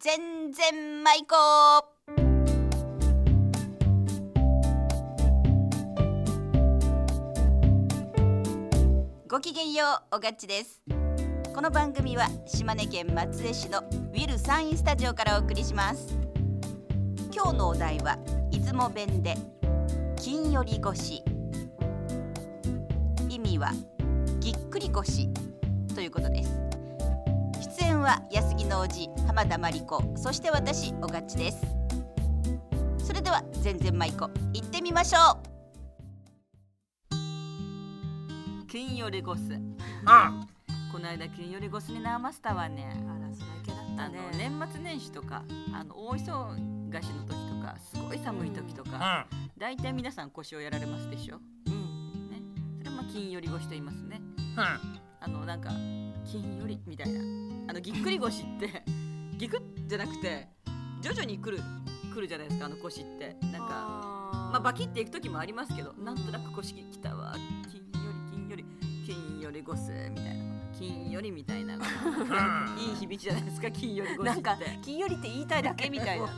全然舞子ごきげんようおがっちですこの番組は島根県松江市のウィルサインスタジオからお送りします今日のお題は出雲弁で金より腰意味はぎっくり腰ということです出演は安木のおじ浜田真理子そして私おがっちですそれでは全然舞子行ってみましょう金曜レゴスあこの間金曜レゴスになましたわねあらそれ系だっあたのね年末年始とかあの大忙しの時とかすごい寒い時とうか、んだいたい皆さん腰をやられますでしょうんねそれはまあ金より腰と言いますねうんあのなんか金よりみたいなあのぎっくり腰って ぎくっじゃなくて徐々に来る来るじゃないですかあの腰ってなんかあまあバキっていく時もありますけどなんとなく腰きたわ金より金より金よりゴスみたいな金よりみたいないい響きじゃないですか金よりゴスっなてんか金よりって言いたいだだけけみみたたい い なな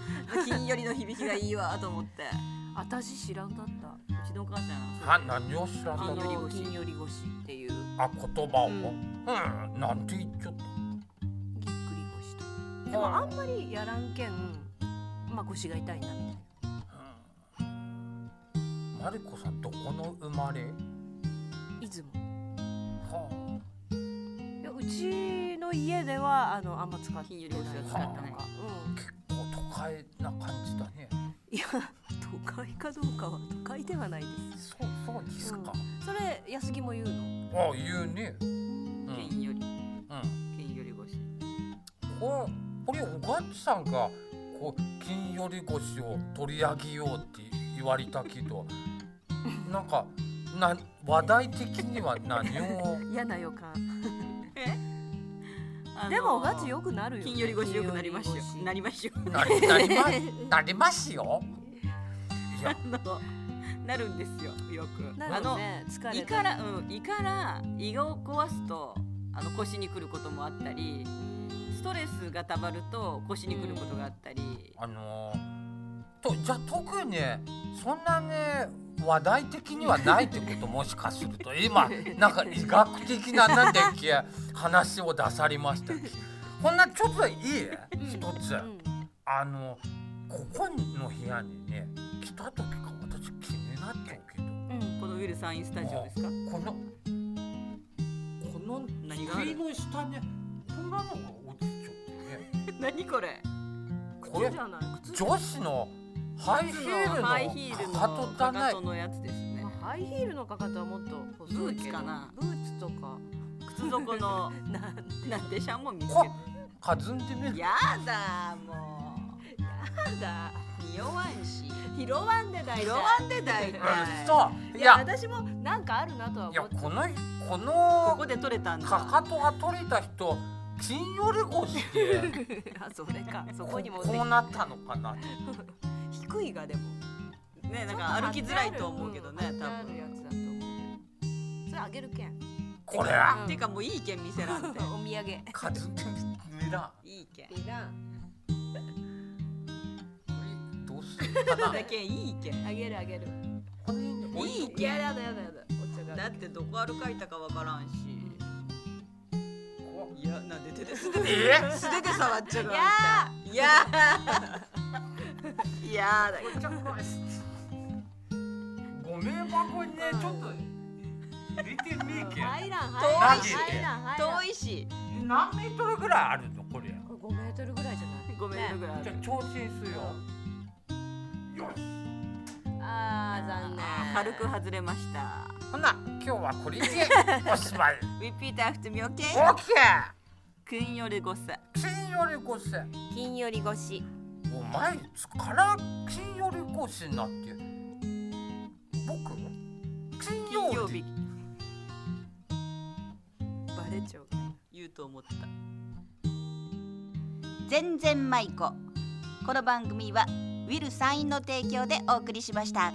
金よりの響きがいいわと思って私知らんだったうちのお母さんは何を知らん金のより腰金より腰っていうぎっあ言葉を、ううんん、なんて言っちゃっくり腰とたでもあんまりやらんけんまあ腰が痛いなみたいなうんマリコさんどこの生まれ、出雲はいうちの家ではあのあんま使って金よりない腰は使ってないなんかあ、結構都会な感じだねうんいや都会かどうかは都会ではないですそうそうですか、それ安木も言うのあ言うねうん金よりうん金より腰これこれおがっちさんがこう金より腰を取り上げようって言われたけどなんかな話題的には何を嫌な予感 あのーでもおがち良くなるよね金より腰良くなりましょ金よりう腰なりましょう なりなりまなりますよ。いや、 あのなるんですよよくなるよね疲あのれ胃かたりらうん胃から胃を壊すとあの腰にくることもあったりストレスがたまると腰にくることがあったり、あのーとじゃあ特にねそんなね話題的にはないってこともしかすると今なんか医学的ななんだっけ話を出されましたっけこんなちょっといい一つうんあのここの部屋にね来た時から私気になっちゃうけどうんこのウィルサインスタジオですか このこの何がある机の下にこんなのが落ちちゃってね。何これこれ靴じゃない靴女子のハイヒハイーヒールルののかかとじゃかないかとのやつですねまあハイヒールのかかとはもっと細いけどブーツかなブーツとか靴底のなんてなんてシャンも見つけこかずんでみてるやだもなんだう匂わんし拾わんでだい拾たいわんでだいはたいそういいやや私もなんかあるなとはいや思ってこのここのこで取れたんだかかとが取れた人金より腰 で あそれかそここにもこうなったのかなって低いがでもねなんか歩きづらいと思うけどねちょっと多貼ってある分やつだと思うそれあげるけんこれはうんてかもういいけん見せらんてお土産かずんでみらいいけんいらんこれどうしようかなだけんいいけんあげるあげるこれに置いいいけんやだやだやだやだお茶がだってどこ歩かいたかわからんしとこいやなんで手で素手うでえ素手で触っちゃういのやあんたいやーいやーだけどちょっとごめん箱にねちょっと入れてみえけん入らんなん入でらん入らん入らん遠いし何メートルぐらいあるのこれこれ5メートルぐらいじゃないごめんぐらいあじゃるあ挑戦するよよしあー残念あー軽く外れましたほな今日はこれでおしまい Repeat after me OK オッケ君より5歳ー金より腰金より腰お前いつから金より腰になって僕金金曜曜日日バレちゃう言うと思った全然舞子この番組はウィルサインの提供でお送りしました。